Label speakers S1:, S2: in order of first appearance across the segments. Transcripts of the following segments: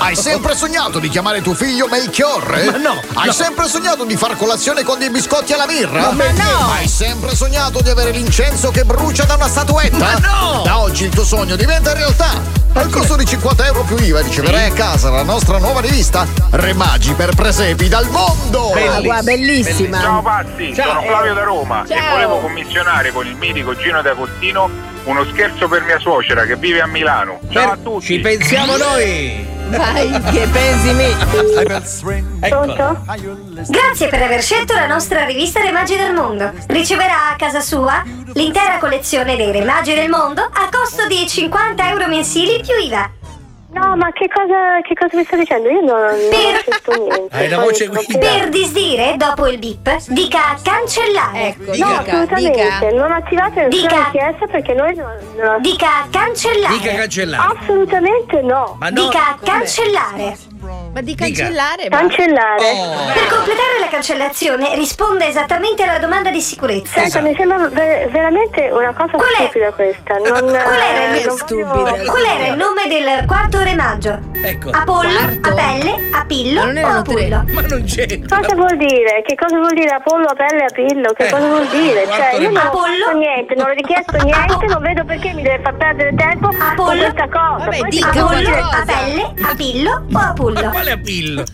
S1: Hai sempre sognato di chiamare tuo figlio Melchiorre?
S2: Ma no,
S1: Hai
S2: no.
S1: sempre sognato di far colazione con dei biscotti alla birra?
S2: Ma perché? no.
S1: Hai sempre sognato di avere l'incenso che brucia da una statuetta?
S2: Ma no.
S1: Da oggi il tuo sogno diventa realtà! Al costo di 50 euro più IVA riceverai a casa la nostra nuova rivista Remagi per presepi dal mondo!
S2: Bellissimo.
S3: Ah, guarda, bellissima.
S4: Ciao pazzi,
S2: Ciao.
S4: sono Flavio da Roma
S3: Ciao.
S4: e volevo commissionare con il mitico Gino D'Agostino uno scherzo per mia suocera che vive a Milano. Ciao a
S2: Per-
S4: tutti.
S2: Ci pensiamo noi.
S3: Vai, che pensi me.
S2: Ecco, Eccola.
S5: Pronto? Grazie per aver scelto la nostra rivista Remagi del Mondo. Riceverà a casa sua l'intera collezione dei Remagi del Mondo a costo di 50 euro mensili più IVA.
S6: No, ma che cosa, che cosa mi sta dicendo? Io non, non ho scelto niente.
S2: Hai la
S6: Poi
S2: voce
S6: sono-
S2: guida.
S5: Dai.
S6: Per disdire, dopo il bip, dica cancellare.
S3: Ecco,
S2: Dica.
S6: no,
S3: dica,
S6: assolutamente,
S3: dica.
S6: non attivate nessuna
S5: Dica.
S6: richiesta perché noi non... non-
S5: Dica cancellare.
S2: Dica
S5: Ah,
S2: cancellare.
S6: Assolutamente no.
S2: Ma no.
S5: Dica cancellare.
S3: Ma di
S2: Dica.
S3: cancellare? ma-
S6: Cancellare.
S2: Oh.
S5: Per completare la cancellazione risponda esattamente alla domanda di sicurezza.
S6: Senta, mi sembra ver- veramente una cosa
S5: Qual è?
S6: stupida questa. Non,
S5: Qual era
S6: eh,
S5: il-
S6: non
S3: stupida?
S6: voglio-
S5: Qual era il nome del quarto remaggio?
S2: Ecco.
S5: Apollo,
S3: Quarto?
S5: Apelle, Apillo
S3: Ma non erano
S5: o Apullo?
S2: Ma non c'entra.
S6: Cosa vuol dire? Che cosa vuol dire Apollo a pelle a pillo? Che
S2: Eh,
S6: cosa vuol dire?
S2: quarto
S6: Cioè, io non
S5: Apollo?
S6: ho chiesto niente, non ho richiesto niente, non vedo perché mi deve far perdere tempo con
S5: Apollo?
S6: questa cosa.
S3: Vabbè,
S6: Poi
S3: dica
S6: si può
S5: Apollo,
S6: dire-
S3: cosa.
S5: Apelle, Apillo o
S2: Ma
S5: Apullo?
S2: quale appillo?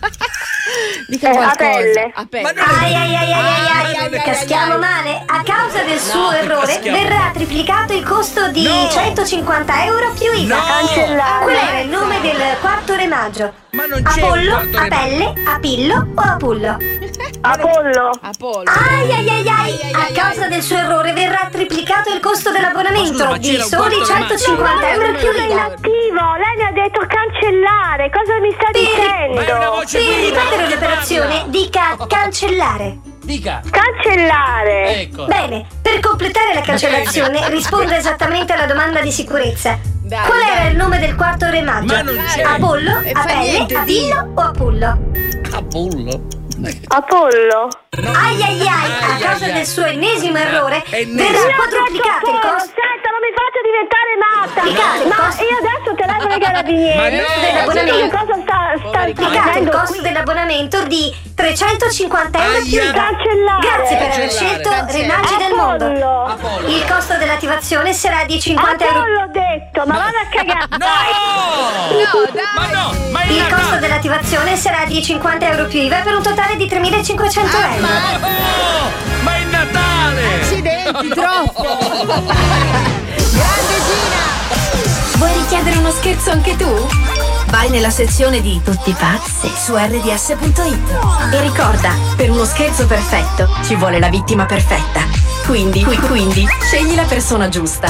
S3: Dica
S6: Eh,
S3: qualcosa.
S6: a pelle.
S3: A pelle.
S2: Ma non
S5: Ai ai ai ai ai
S2: Ah,
S5: ai,
S2: non è-
S5: caschiamo male. A causa del suo errore
S2: caschiamo.
S5: verrà triplicato il costo di
S2: No.
S5: 150 euro più IVA.
S2: No.
S6: Cancellare.
S5: Qual era il nome del quarto remaggio?
S2: Ma non c'è un
S5: Apollo,
S2: quarto
S5: Apelle, Apillo o Apullo?
S6: Apollo.
S3: Apollo.
S5: Ai ai ai ai,
S3: ai,
S5: a
S3: ai,
S5: causa del suo errore verrà triplicato il costo
S2: Ma scusa,
S5: dell'abbonamento
S2: ma
S5: di
S2: c'era un
S5: soli
S2: quarto remaggio?
S5: 150 euro più
S3: Ma
S5: IVA.
S6: Attivo, lei mi ha detto cancellare, cosa mi sta
S5: Sì.
S2: Ma è una
S6: dicendo?
S2: voce
S5: Per
S2: guida.
S5: ripetere
S2: non si
S5: l'operazione
S2: parla.
S5: dica cancellare.
S2: Dica.
S5: Eh,
S6: Cancellare.
S2: Ecco.
S5: Bene, per completare la cancellazione risponda esattamente alla domanda di sicurezza.
S3: Dai,
S5: Qual
S3: dai.
S5: era il nome del quarto remaggio?
S2: Ma non c'è.
S5: Apollo,
S3: E fa niente,
S5: Apelle, Avillo o Apullo?
S2: Apollo.
S6: Apollo.
S5: Ai ai ai, a
S2: Ai,
S5: causa
S2: ai, ai.
S5: del suo ennesimo errore
S2: Ennesimo.
S5: verrà
S6: Io
S5: quadruplicato il
S6: faccio solo,
S5: costo.
S6: Senta, non mi faccia diventare matta.
S5: Triplicato il
S6: Ma
S5: costo.
S6: io adesso telefono ai carabinieri.
S2: Ma no.
S6: Sento che cosa sta, sta
S5: Triplicato il
S6: succedendo
S5: costo dell'abbonamento di 350 euro più
S2: Aia.
S5: IVA.
S6: Cancellare.
S5: Grazie per aver
S2: Cancellare.
S5: scelto
S3: Cancellare.
S5: Remagi del Mondo.
S6: Apollo.
S2: Apollo.
S5: Il costo dell'attivazione sarà di 50 euro.
S6: Apollo ho detto, ma vada a cagare.
S2: No!
S3: No, dai.
S2: Ma no! Ma è
S5: Il
S2: Natale.
S5: costo dell'attivazione sarà di 50 euro più IVA per un totale di 3.500 euro.
S2: Ma no! Oh, Ma è Natale!
S3: Accidenti, troppo. Grande Gina.
S7: Vuoi richiedere uno scherzo anche tu? Vai nella sezione di Tutti pazzi su rds.it e ricorda, per uno scherzo perfetto ci vuole la vittima perfetta. Quindi, qui- quindi, scegli la persona giusta.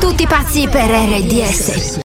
S8: Tutti pazzi per RDS.